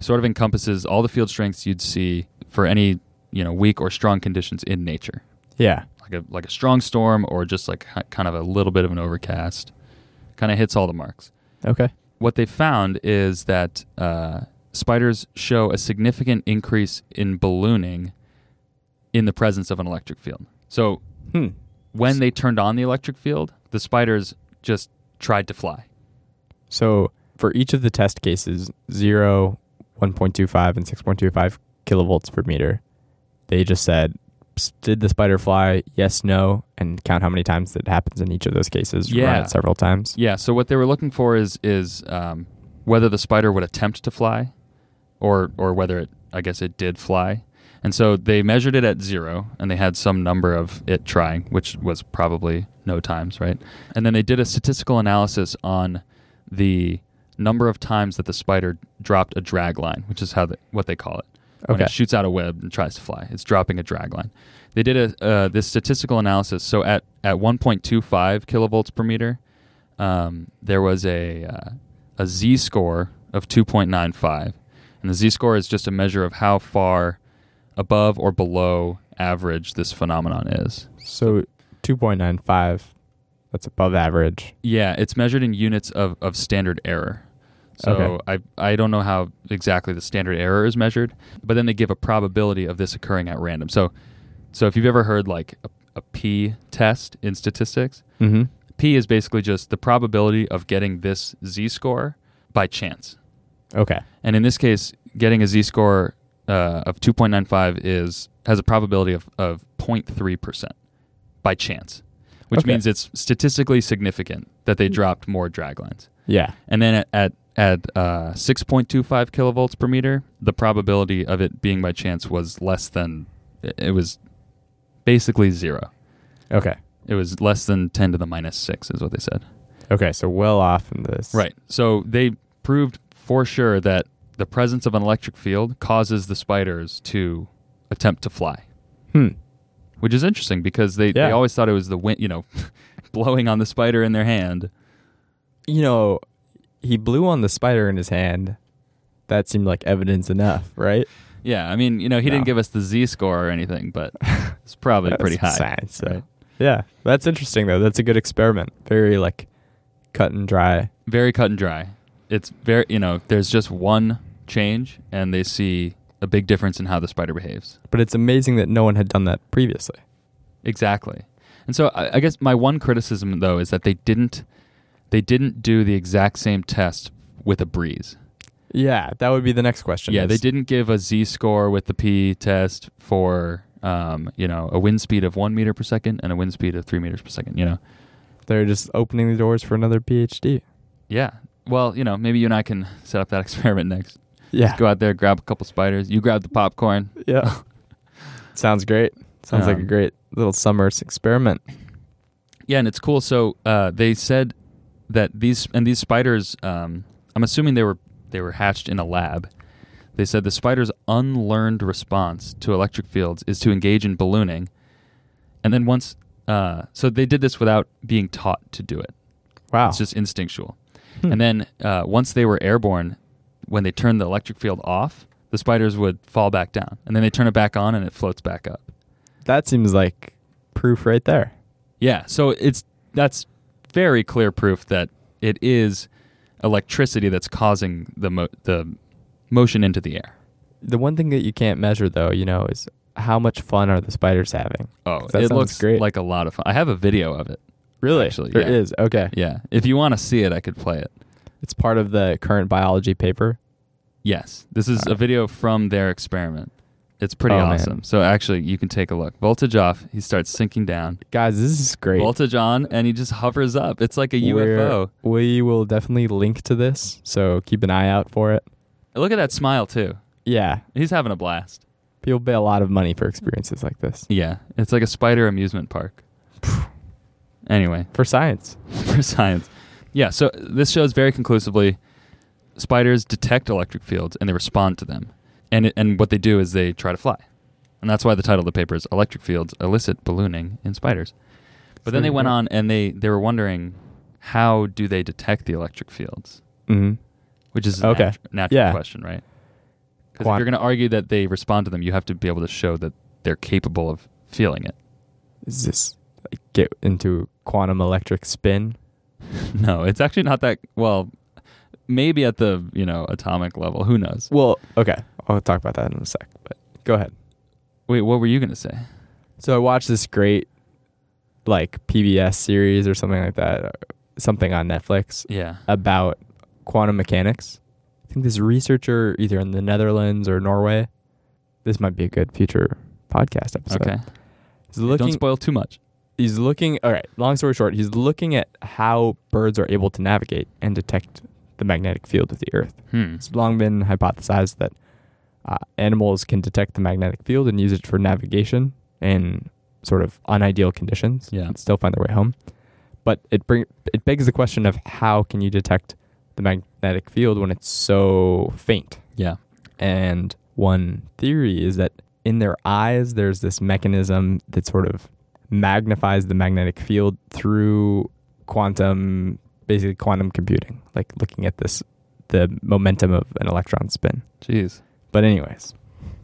[SPEAKER 1] sort of encompasses all the field strengths you'd see for any you know weak or strong conditions in nature
[SPEAKER 2] Yeah.
[SPEAKER 1] like a like a strong storm or just like ki- kind of a little bit of an overcast, kind of hits all the marks.
[SPEAKER 2] Okay.
[SPEAKER 1] What they found is that uh, spiders show a significant increase in ballooning in the presence of an electric field. So
[SPEAKER 2] Hmm.
[SPEAKER 1] when they turned on the electric field, the spiders just tried to fly.
[SPEAKER 2] So for each of the test cases, 0, 1.25, and 6.25 kilovolts per meter, they just said, "Psst, did the spider fly? Yes, no, and count how many times that happens in each of those cases. Run
[SPEAKER 1] Yeah.
[SPEAKER 2] it several times.
[SPEAKER 1] Yeah. So what they were looking for is is um, whether the spider would attempt to fly, or or whether it I guess it did fly. And so they measured it at zero, and they had some number of it trying, which was probably no times, right? And then they did a statistical analysis on the number of times that the spider dropped a drag line, which is how the, what they call it when
[SPEAKER 2] Okay.
[SPEAKER 1] it shoots out a web and tries to fly. It's dropping a drag line. They did a uh, this statistical analysis. So at at 1.25 kilovolts per meter, um, there was a uh, a z score of 2.95, and the z score is just a measure of how far above or below average this phenomenon is.
[SPEAKER 2] So 2.95, that's above average.
[SPEAKER 1] Yeah, it's measured in units of, of standard error. So
[SPEAKER 2] Okay.
[SPEAKER 1] I, I don't know how exactly the standard error is measured, but then they give a probability of this occurring at random. So so if you've ever heard like a, a p test in statistics,
[SPEAKER 2] Mm-hmm.
[SPEAKER 1] p is basically just the probability of getting this z score by chance.
[SPEAKER 2] Okay.
[SPEAKER 1] And in this case, getting a z score uh, of 2.95 is has a probability of, of 0.3% by chance, which
[SPEAKER 2] Okay.
[SPEAKER 1] means it's statistically significant that they dropped more drag lines.
[SPEAKER 2] Yeah.
[SPEAKER 1] And then at, at at uh, 6.25 kilovolts per meter, the probability of it being by chance was less than, it was basically zero.
[SPEAKER 2] Okay.
[SPEAKER 1] It was less than 10 to the minus 6, is what they said.
[SPEAKER 2] Okay. So well off in this.
[SPEAKER 1] Right. So they proved for sure that the presence of an electric field causes the spiders to attempt to fly,
[SPEAKER 2] Hmm.
[SPEAKER 1] which is interesting because they, they
[SPEAKER 2] Yeah.
[SPEAKER 1] always thought it was the wind, you know, blowing on the spider in their hand.
[SPEAKER 2] You know, he blew on the spider in his hand. That seemed like evidence enough, right?
[SPEAKER 1] Yeah, I mean, you know, he
[SPEAKER 2] No.
[SPEAKER 1] didn't give us the Z score or anything, but it's probably
[SPEAKER 2] That's
[SPEAKER 1] pretty high.
[SPEAKER 2] science, though.
[SPEAKER 1] right?
[SPEAKER 2] Yeah, that's interesting though. That's a good experiment. Very like cut and dry.
[SPEAKER 1] Very cut and dry. It's very, you know, there's just one change and they see a big difference in how the spider behaves.
[SPEAKER 2] But it's amazing that no one had done that previously.
[SPEAKER 1] Exactly. And so I, I guess my one criticism though is that they didn't they didn't do the exact same test with a breeze.
[SPEAKER 2] Yeah, that would be the next question.
[SPEAKER 1] Yeah,
[SPEAKER 2] is-
[SPEAKER 1] they didn't give a Z score with the P test for um, you know, a wind speed of one meter per second and a wind speed of three meters per second, you know.
[SPEAKER 2] They're just opening the doors for another PhD.
[SPEAKER 1] Yeah. Well, you know, maybe you and I can set up that experiment next.
[SPEAKER 2] Yeah.
[SPEAKER 1] Go out there, grab a couple spiders. You grab the popcorn.
[SPEAKER 2] Yeah. Sounds great. Sounds like a
[SPEAKER 1] Um,
[SPEAKER 2] great little summer s- experiment.
[SPEAKER 1] Yeah, and it's cool. So uh, they said that these and these spiders. Um, I'm assuming they were they were hatched in a lab. They said the spider's unlearned response to electric fields is to engage in ballooning, and then once. Uh, so they did this without being taught to do it.
[SPEAKER 2] Wow.
[SPEAKER 1] It's just instinctual.
[SPEAKER 2] Hmm.
[SPEAKER 1] And then uh, once they were airborne, when they turned the electric field off, the spiders would fall back down, and then they turn it back on, and it floats back up.
[SPEAKER 2] that seems like proof right there.
[SPEAKER 1] Yeah, so it's that's very clear proof that it is electricity that's causing the mo- the motion into the air.
[SPEAKER 2] The one thing that you can't measure though, you know, is how much fun are the spiders having?
[SPEAKER 1] Oh,
[SPEAKER 2] That
[SPEAKER 1] it
[SPEAKER 2] sounds
[SPEAKER 1] looks
[SPEAKER 2] great.
[SPEAKER 1] like a lot of fun. I have a video of it.
[SPEAKER 2] Really?
[SPEAKER 1] Actually,
[SPEAKER 2] there is.
[SPEAKER 1] yeah.
[SPEAKER 2] Okay.
[SPEAKER 1] Yeah, if you want to see it, I could play it.
[SPEAKER 2] It's part of the current biology paper.
[SPEAKER 1] Yes, this is a
[SPEAKER 2] Alright.
[SPEAKER 1] video from their experiment. It's pretty
[SPEAKER 2] Oh, man.
[SPEAKER 1] awesome. So actually, you can take a look. Voltage off. He starts sinking down.
[SPEAKER 2] Guys, this is great.
[SPEAKER 1] Voltage on, and he just hovers up. It's like a
[SPEAKER 2] We're-
[SPEAKER 1] UFO.
[SPEAKER 2] We will definitely link to this, so keep an eye out for it.
[SPEAKER 1] Look at that smile too.
[SPEAKER 2] Yeah,
[SPEAKER 1] He's having a blast.
[SPEAKER 2] People pay a lot of money for experiences like this
[SPEAKER 1] Yeah, it's like a spider amusement park. anyway,
[SPEAKER 2] for science.
[SPEAKER 1] for science. Yeah, so this shows very conclusively spiders detect electric fields and they respond to them. And, it, and what they do is they try to fly. And that's why the title of the paper is Electric Fields Elicit Ballooning in Spiders. But then they went on and they, they were wondering how do they detect the electric fields?
[SPEAKER 2] Mm-hmm.
[SPEAKER 1] Which is a
[SPEAKER 2] Okay.
[SPEAKER 1] natu- natural
[SPEAKER 2] Yeah.
[SPEAKER 1] question, right? Because if
[SPEAKER 2] Quant-
[SPEAKER 1] you're going to argue that they respond to them, you have to be able to show that they're capable of feeling it.
[SPEAKER 2] Is this like, get into quantum electric spin?
[SPEAKER 1] No, it's actually not that well. Maybe at the you know atomic level, who knows?
[SPEAKER 2] Well, okay, I'll talk about that in a sec. But go ahead.
[SPEAKER 1] Wait, what were you gonna say?
[SPEAKER 2] So I watched this great like PBS series or something like that, uh, something on Netflix
[SPEAKER 1] Yeah,
[SPEAKER 2] about quantum mechanics. I think this researcher either in the Netherlands or Norway. This might be a good future podcast episode.
[SPEAKER 1] okay.
[SPEAKER 2] He's looking
[SPEAKER 1] Don't spoil too much.
[SPEAKER 2] he's looking all right, long story short, he's looking at how birds are able to navigate and detect the magnetic field of the earth.
[SPEAKER 1] Hmm.
[SPEAKER 2] It's long been hypothesized that uh, animals can detect the magnetic field and use it for navigation in sort of unideal conditions.
[SPEAKER 1] Yeah.
[SPEAKER 2] and still find their way home. But it bring it begs the question of how can you detect the magnetic field when it's so faint?
[SPEAKER 1] Yeah.
[SPEAKER 2] And one theory is that in their eyes, there's this mechanism that sort of magnifies the magnetic field through quantum, basically quantum computing, like looking at this, the momentum of an electron spin.
[SPEAKER 1] Jeez.
[SPEAKER 2] But, anyways,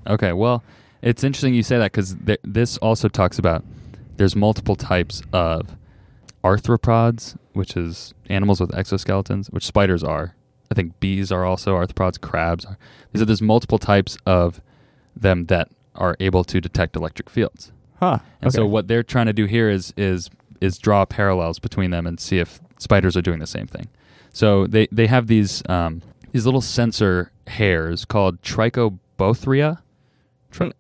[SPEAKER 1] Okay. Well, it's interesting you say that because th- this also talks about there's multiple types of arthropods, which is animals with exoskeletons, which spiders are. I think bees are also arthropods. Crabs are. These are there's multiple types of them that are able to detect electric fields.
[SPEAKER 2] huh.
[SPEAKER 1] And so what they're trying to do here is is is draw parallels between them and see if spiders are doing the same thing. So they they have these um, these little sensor hairs called trichobothria. Tri-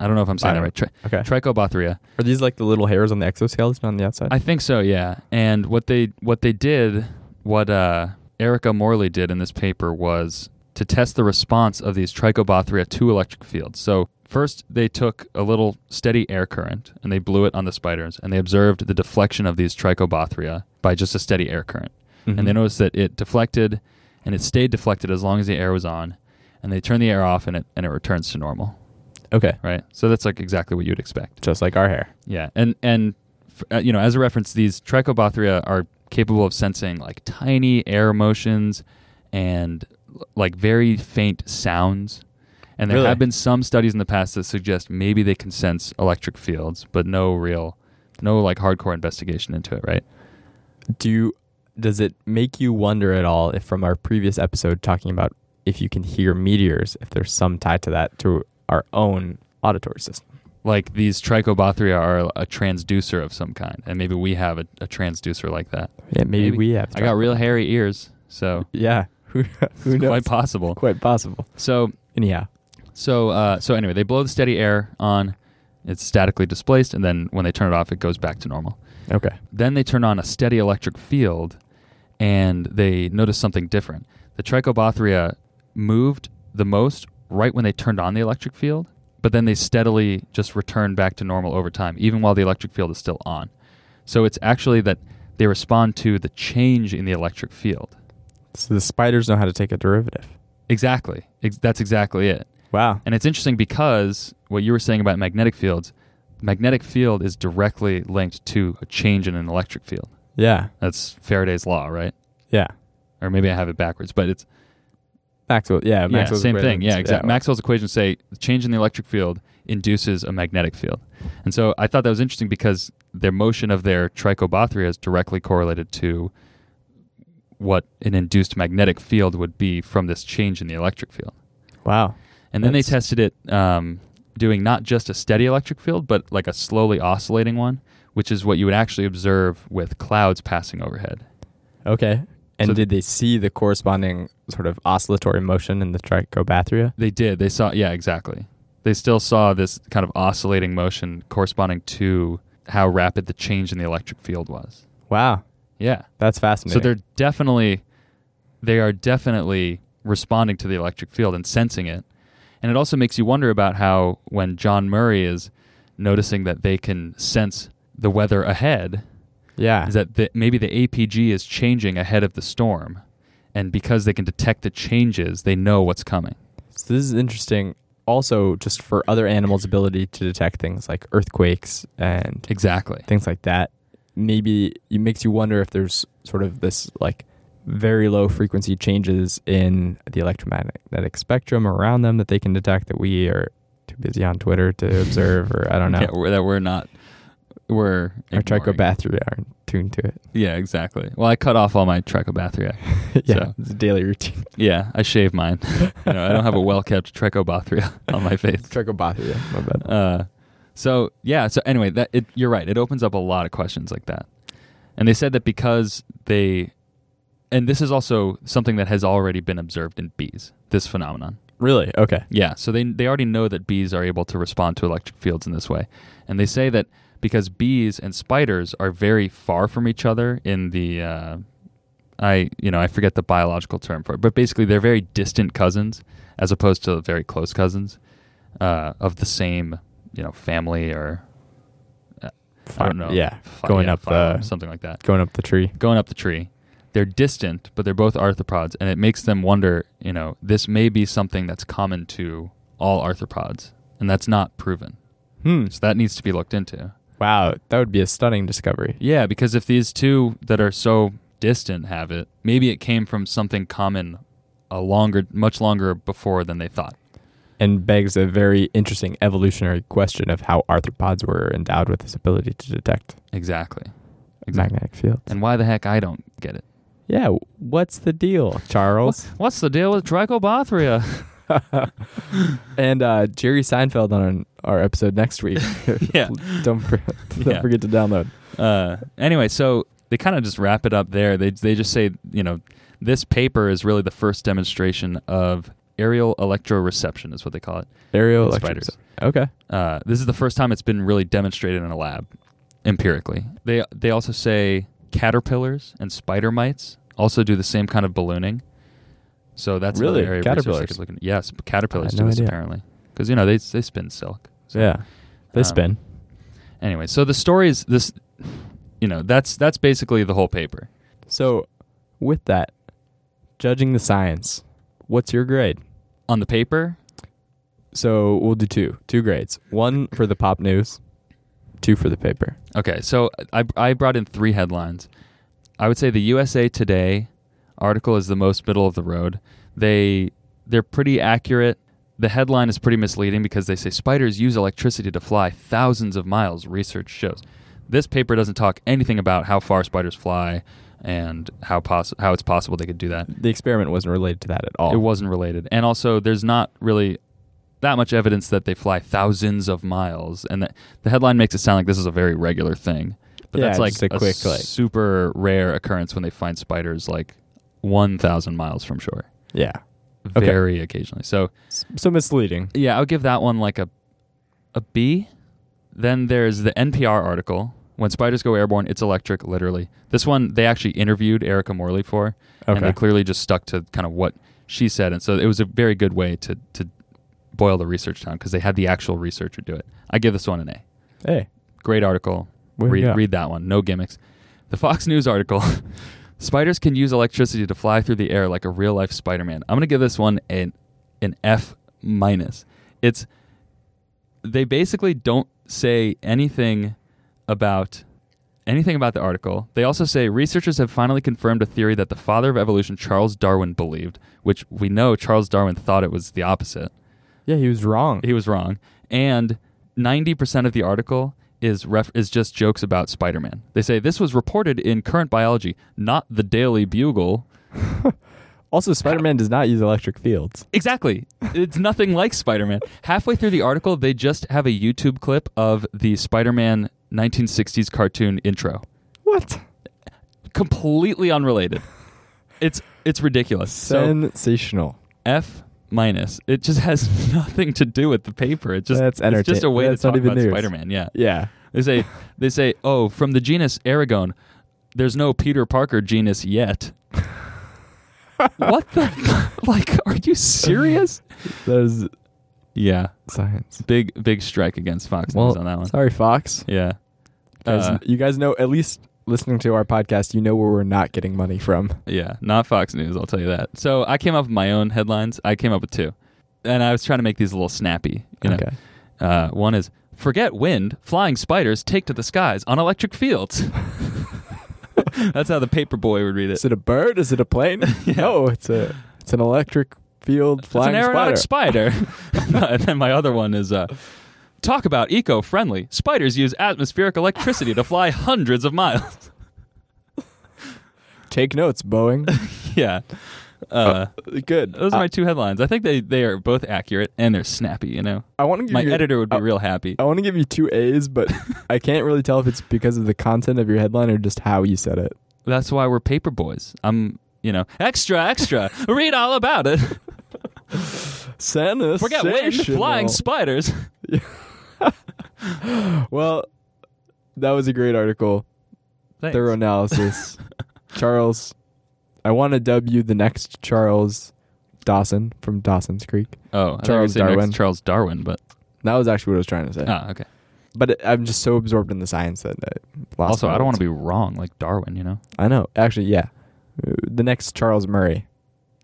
[SPEAKER 1] I don't know if I'm saying that right. Tri-
[SPEAKER 2] Okay.
[SPEAKER 1] trichobothria.
[SPEAKER 2] Are these like the little hairs on the exoskeleton on the outside?
[SPEAKER 1] I think so, yeah. And what they what they did, what uh, Erica Morley did in this paper was to test the response of these trichobothria to electric fields. So first, they took a little steady air current and they blew it on the spiders, and they observed the deflection of these trichobothria by just a steady air current.
[SPEAKER 2] Mhm.
[SPEAKER 1] And they noticed that it deflected, and it stayed deflected as long as the air was on. And they turned the air off, and it and it returns to normal,
[SPEAKER 2] Okay.
[SPEAKER 1] right? So that's like exactly what you'd expect.
[SPEAKER 2] Just like our hair.
[SPEAKER 1] Yeah, and and f- uh, you know, as a reference, these trichobothria are capable of sensing like tiny air motions and l- like very faint sounds. And there
[SPEAKER 2] Really?
[SPEAKER 1] have been some studies in the past that suggest maybe they can sense electric fields, but no real, no like hardcore investigation into it, right?
[SPEAKER 2] Do you, does it make you wonder at all if from our previous episode talking about if you can hear meteors, if there's some tie to that to our own auditory system?
[SPEAKER 1] Like these trichobothria are a transducer of some kind, and maybe we have a, a transducer like that.
[SPEAKER 2] Yeah, maybe, we have.
[SPEAKER 1] I got real hairy ears, so
[SPEAKER 2] Yeah. Who, who
[SPEAKER 1] it's
[SPEAKER 2] knows?
[SPEAKER 1] quite possible.
[SPEAKER 2] Quite possible.
[SPEAKER 1] So
[SPEAKER 2] Anyhow.
[SPEAKER 1] So uh, so anyway, they blow the steady air on. It's statically displaced, and then when they turn it off, it goes back to normal.
[SPEAKER 2] Okay.
[SPEAKER 1] Then they turn on a steady electric field, and they notice something different. The trichobothria moved the most right when they turned on the electric field, but then they steadily just return back to normal over time, even while the electric field is still on. So it's actually that they respond to the change in the electric field.
[SPEAKER 2] So the spiders know how to take a derivative.
[SPEAKER 1] Exactly. Ex- that's exactly it.
[SPEAKER 2] Wow.
[SPEAKER 1] And it's interesting because what you were saying about magnetic fields, magnetic field is directly linked to a change in an electric field.
[SPEAKER 2] Yeah.
[SPEAKER 1] That's Faraday's law, right?
[SPEAKER 2] Yeah.
[SPEAKER 1] Or maybe I have it backwards, but it's
[SPEAKER 2] Maxwell. Yeah.
[SPEAKER 1] yeah,
[SPEAKER 2] Uh, Maxwell's
[SPEAKER 1] same thing.
[SPEAKER 2] equations.
[SPEAKER 1] Yeah, exactly.
[SPEAKER 2] Yeah.
[SPEAKER 1] Maxwell's equations say the change in the electric field induces a magnetic field. And so I thought that was interesting because the motion of their trichobothria is directly correlated to what an induced magnetic field would be from this change in the electric field.
[SPEAKER 2] Wow.
[SPEAKER 1] And then they
[SPEAKER 2] That's-
[SPEAKER 1] tested it um, doing not just a steady electric field, but like a slowly oscillating one, which is what you would actually observe with clouds passing overhead.
[SPEAKER 2] Okay. And
[SPEAKER 1] So-
[SPEAKER 2] did they see the corresponding sort of oscillatory motion in the trichobathria?
[SPEAKER 1] They did. They saw, yeah, exactly. They still saw this kind of oscillating motion corresponding to how rapid the change in the electric field was.
[SPEAKER 2] Wow.
[SPEAKER 1] Yeah.
[SPEAKER 2] That's
[SPEAKER 1] So
[SPEAKER 2] fascinating.
[SPEAKER 1] they're definitely, they are definitely responding to the electric field and sensing it. And it also makes you wonder about how when John Murray is noticing that they can sense the weather ahead,
[SPEAKER 2] Yeah.
[SPEAKER 1] is that the, maybe the APG is changing ahead of the storm. And because they can detect the changes, they know what's coming.
[SPEAKER 2] So this is interesting. Also, just for other animals' ability to detect things like earthquakes and
[SPEAKER 1] Exactly.
[SPEAKER 2] things like that, maybe it makes you wonder if there's sort of this like very low frequency changes in the electromagnetic spectrum around them that they can detect that we are too busy on Twitter to observe, or I don't know.
[SPEAKER 1] Yeah, we're, that we're not. We're.
[SPEAKER 2] Our
[SPEAKER 1] ignoring.
[SPEAKER 2] trichobathyria aren't tuned to it.
[SPEAKER 1] Yeah, exactly. Well, I cut off all my trichobathria.
[SPEAKER 2] yeah,
[SPEAKER 1] So-
[SPEAKER 2] it's a daily routine.
[SPEAKER 1] Yeah, I shave mine. you know, I don't have a well kept trichobathria on my face.
[SPEAKER 2] Trichobathyria, my bad.
[SPEAKER 1] Uh, so yeah. So anyway, that it, you're right. It opens up a lot of questions like that. And they said that because they, and this is also something that has already been observed in bees. This phenomenon.
[SPEAKER 2] Really? Okay.
[SPEAKER 1] Yeah. So they they already know that bees are able to respond to electric fields in this way, and they say that because bees and spiders are very far from each other in the. Uh, I you know I forget the biological term for it, but basically they're very distant cousins as opposed to very close cousins uh, of the same you know family or uh, I
[SPEAKER 2] Far-
[SPEAKER 1] don't know
[SPEAKER 2] yeah,
[SPEAKER 1] Fi-
[SPEAKER 2] going up
[SPEAKER 1] phylum,
[SPEAKER 2] the-
[SPEAKER 1] something like that
[SPEAKER 2] Going up the tree.
[SPEAKER 1] going up the tree. They're distant, but they're both arthropods, and it makes them wonder. You know, this may be something that's common to all arthropods, and that's not proven.
[SPEAKER 2] Hmm.
[SPEAKER 1] So that needs to be looked into.
[SPEAKER 2] Wow, that would be a stunning discovery.
[SPEAKER 1] Yeah, because if these two that are so distant have it, maybe it came from something common a longer, much longer before than they thought.
[SPEAKER 2] and begs a very interesting evolutionary question of how arthropods were endowed with this ability to detect
[SPEAKER 1] Exactly.
[SPEAKER 2] magnetic fields.
[SPEAKER 1] And why the heck I don't get it?
[SPEAKER 2] yeah, what's the deal, Charles?
[SPEAKER 1] What's the deal with trichobothria?
[SPEAKER 2] and uh, Jerry Seinfeld on our episode next week.
[SPEAKER 1] Yeah.
[SPEAKER 2] don't for- don't
[SPEAKER 1] Yeah.
[SPEAKER 2] forget to download.
[SPEAKER 1] uh, anyway, so they kind of just wrap it up there. They they just say, you know, this paper is really the first demonstration of aerial electroreception, is what they call it.
[SPEAKER 2] Aerial
[SPEAKER 1] And
[SPEAKER 2] electric-
[SPEAKER 1] spiders.
[SPEAKER 2] Okay.
[SPEAKER 1] Uh, this is the first time it's been really demonstrated in a lab empirically. They they also say caterpillars and spider mites also do the same kind of ballooning. So that's another
[SPEAKER 2] Really?
[SPEAKER 1] area of research they
[SPEAKER 2] Caterpillars?
[SPEAKER 1] could look into. Yes, caterpillars
[SPEAKER 2] I had
[SPEAKER 1] do
[SPEAKER 2] no
[SPEAKER 1] this
[SPEAKER 2] idea.
[SPEAKER 1] apparently because you know they they spin silk. So,
[SPEAKER 2] yeah. They
[SPEAKER 1] um,
[SPEAKER 2] spin.
[SPEAKER 1] Anyway, so the story is this. You know, that's that's basically the whole paper.
[SPEAKER 2] So, with that, judging the science, what's your grade?
[SPEAKER 1] on the paper.
[SPEAKER 2] So, we'll do two. Two grades. One for the pop news, two for the paper.
[SPEAKER 1] Okay, so I, I brought in three headlines. I would say the USA Today article is the most middle of the road. They they're pretty accurate. The headline is pretty misleading because they say spiders use electricity to fly thousands of miles. Research shows. This paper doesn't talk anything about how far spiders fly and how poss- how it's possible they could do that.
[SPEAKER 2] The experiment wasn't related to that at all.
[SPEAKER 1] It wasn't related. And also, there's not really that much evidence that they fly thousands of miles. And that the headline makes it sound like this is a very regular thing. But
[SPEAKER 2] Yeah,
[SPEAKER 1] that's like
[SPEAKER 2] just a quick, like-
[SPEAKER 1] super rare occurrence when they find spiders like 1,000 miles from shore.
[SPEAKER 2] Yeah. Okay.
[SPEAKER 1] Very occasionally. So,
[SPEAKER 2] S- So misleading.
[SPEAKER 1] yeah, I'll give that one like a, a B. Then there's the NPR article. When spiders go airborne, it's electric, literally. This one they actually interviewed Erica Morley for, and
[SPEAKER 2] Okay.
[SPEAKER 1] they clearly just stuck to kind of what she said, and so it was a very good way to to boil the research down because they had the actual researcher do it. I give this one an A.
[SPEAKER 2] Hey.
[SPEAKER 1] Great article.
[SPEAKER 2] Way to
[SPEAKER 1] Read,
[SPEAKER 2] go.
[SPEAKER 1] read that one. No gimmicks. The Fox News article. Spiders can use electricity to fly through the air like a real life Spider Man. I'm gonna give this one an an F minus. It's they basically don't say anything about anything about the article. They also say researchers have finally confirmed a theory that the father of evolution Charles Darwin believed, which we know Charles Darwin thought it was the opposite
[SPEAKER 2] Yeah, he was wrong.
[SPEAKER 1] he was wrong. And 90% of the article is ref- is just jokes about Spider-Man. They say this was reported in Current Biology, not the Daily Bugle.
[SPEAKER 2] Also, Spider Man does not use electric fields.
[SPEAKER 1] Exactly. It's nothing like Spider-Man. Halfway through the article, they just have a YouTube clip of the Spider-Man 1960s cartoon intro.
[SPEAKER 2] What?
[SPEAKER 1] Completely unrelated. It's it's ridiculous. So
[SPEAKER 2] Sensational.
[SPEAKER 1] F minus. It just has nothing to do with the paper. It just
[SPEAKER 2] That's
[SPEAKER 1] it's just a
[SPEAKER 2] entertain-
[SPEAKER 1] way
[SPEAKER 2] that's
[SPEAKER 1] to
[SPEAKER 2] not
[SPEAKER 1] talk
[SPEAKER 2] even
[SPEAKER 1] about
[SPEAKER 2] news.
[SPEAKER 1] Spider-Man. Yeah.
[SPEAKER 2] yeah.
[SPEAKER 1] They say they say, "Oh, from the genus Aragon, there's no Peter Parker genus yet." what the like are you serious?
[SPEAKER 2] That is
[SPEAKER 1] Yeah,
[SPEAKER 2] Science.
[SPEAKER 1] big big strike against Fox News
[SPEAKER 2] Well,
[SPEAKER 1] on that one.
[SPEAKER 2] sorry, Fox.
[SPEAKER 1] Yeah,
[SPEAKER 2] Guys,
[SPEAKER 1] Uh,
[SPEAKER 2] you guys know at least listening to our podcast, you know where we're not getting money from.
[SPEAKER 1] yeah, not Fox News. I'll tell you that. So I came up with my own headlines. I came up with two, and I was trying to make these a little snappy. You know,
[SPEAKER 2] Okay.
[SPEAKER 1] uh, one is forget wind, flying spiders take to the skies on electric fields. That's how the paper boy would read it.
[SPEAKER 2] Is it a bird? Is it a plane? No, it's a it's an electric field flying
[SPEAKER 1] it's an
[SPEAKER 2] spider.
[SPEAKER 1] aeronautic spider. and then my other one is uh, talk about eco-friendly. Spiders use atmospheric electricity to fly hundreds of miles.
[SPEAKER 2] Take notes, Boeing.
[SPEAKER 1] yeah. Uh,
[SPEAKER 2] Good.
[SPEAKER 1] those are my two headlines. I think they, they are both accurate and they're snappy, you know.
[SPEAKER 2] I want to give
[SPEAKER 1] My
[SPEAKER 2] you,
[SPEAKER 1] editor would be
[SPEAKER 2] uh,
[SPEAKER 1] real happy.
[SPEAKER 2] I want to give you two A's, but I can't really tell if it's because of the content of your headline or just how you said it.
[SPEAKER 1] That's why we're paper boys. I'm, you know, extra, extra. Read all about it.
[SPEAKER 2] Sensational.
[SPEAKER 1] Forget wind, flying spiders.
[SPEAKER 2] Well, that was a great article.
[SPEAKER 1] Thanks.
[SPEAKER 2] Thorough analysis. Charles, I want to dub you the next Charles Dawson from Dawson's Creek.
[SPEAKER 1] Oh, I Charles
[SPEAKER 2] Charles
[SPEAKER 1] Darwin.
[SPEAKER 2] Darwin.
[SPEAKER 1] Next Charles Darwin, but
[SPEAKER 2] That was actually what I was trying to say.
[SPEAKER 1] ah, okay.
[SPEAKER 2] But it- I'm just so absorbed in the science that I lost
[SPEAKER 1] Also, I don't want to be wrong like Darwin, you know.
[SPEAKER 2] I know. Actually, yeah. Uh, The next Charles Murray.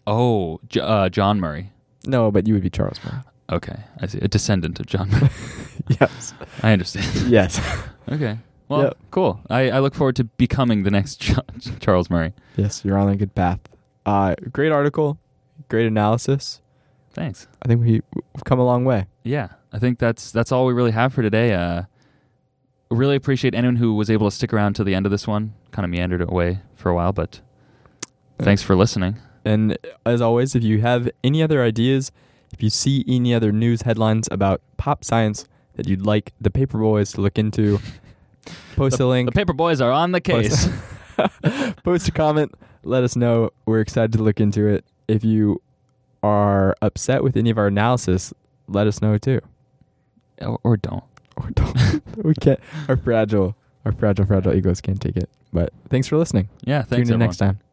[SPEAKER 1] Oh, J- uh, John Murray.
[SPEAKER 2] No, but you would be Charles Murray.
[SPEAKER 1] Okay, I see. A descendant of John. Murray.
[SPEAKER 2] yes.
[SPEAKER 1] I understand.
[SPEAKER 2] Yes.
[SPEAKER 1] Okay. Well,
[SPEAKER 2] Yep.
[SPEAKER 1] cool. I, I look forward to becoming the next John, Charles Murray.
[SPEAKER 2] yes, you're on a good path. Uh, great article. Great analysis.
[SPEAKER 1] Thanks.
[SPEAKER 2] I think we, we've come a long way.
[SPEAKER 1] Yeah, I think that's that's all we really have for today. Uh, really appreciate anyone who was able to stick around to the end of this one. Kind of meandered away for a while, but thanks for listening.
[SPEAKER 2] And as always, if you have any other ideas, if you see any other news headlines about pop science that you'd like the paper boys to look into, post a link,
[SPEAKER 1] The paper boys are on the case.
[SPEAKER 2] post a comment, let us know. We're excited to look into it. If you are upset with any of our analysis, let us know too.
[SPEAKER 1] or, or don't.
[SPEAKER 2] Or don't. we can't. Our fragile, our fragile, fragile egos can't take it. But thanks for listening.
[SPEAKER 1] Yeah, thanks
[SPEAKER 2] Tune in
[SPEAKER 1] everyone.
[SPEAKER 2] next time.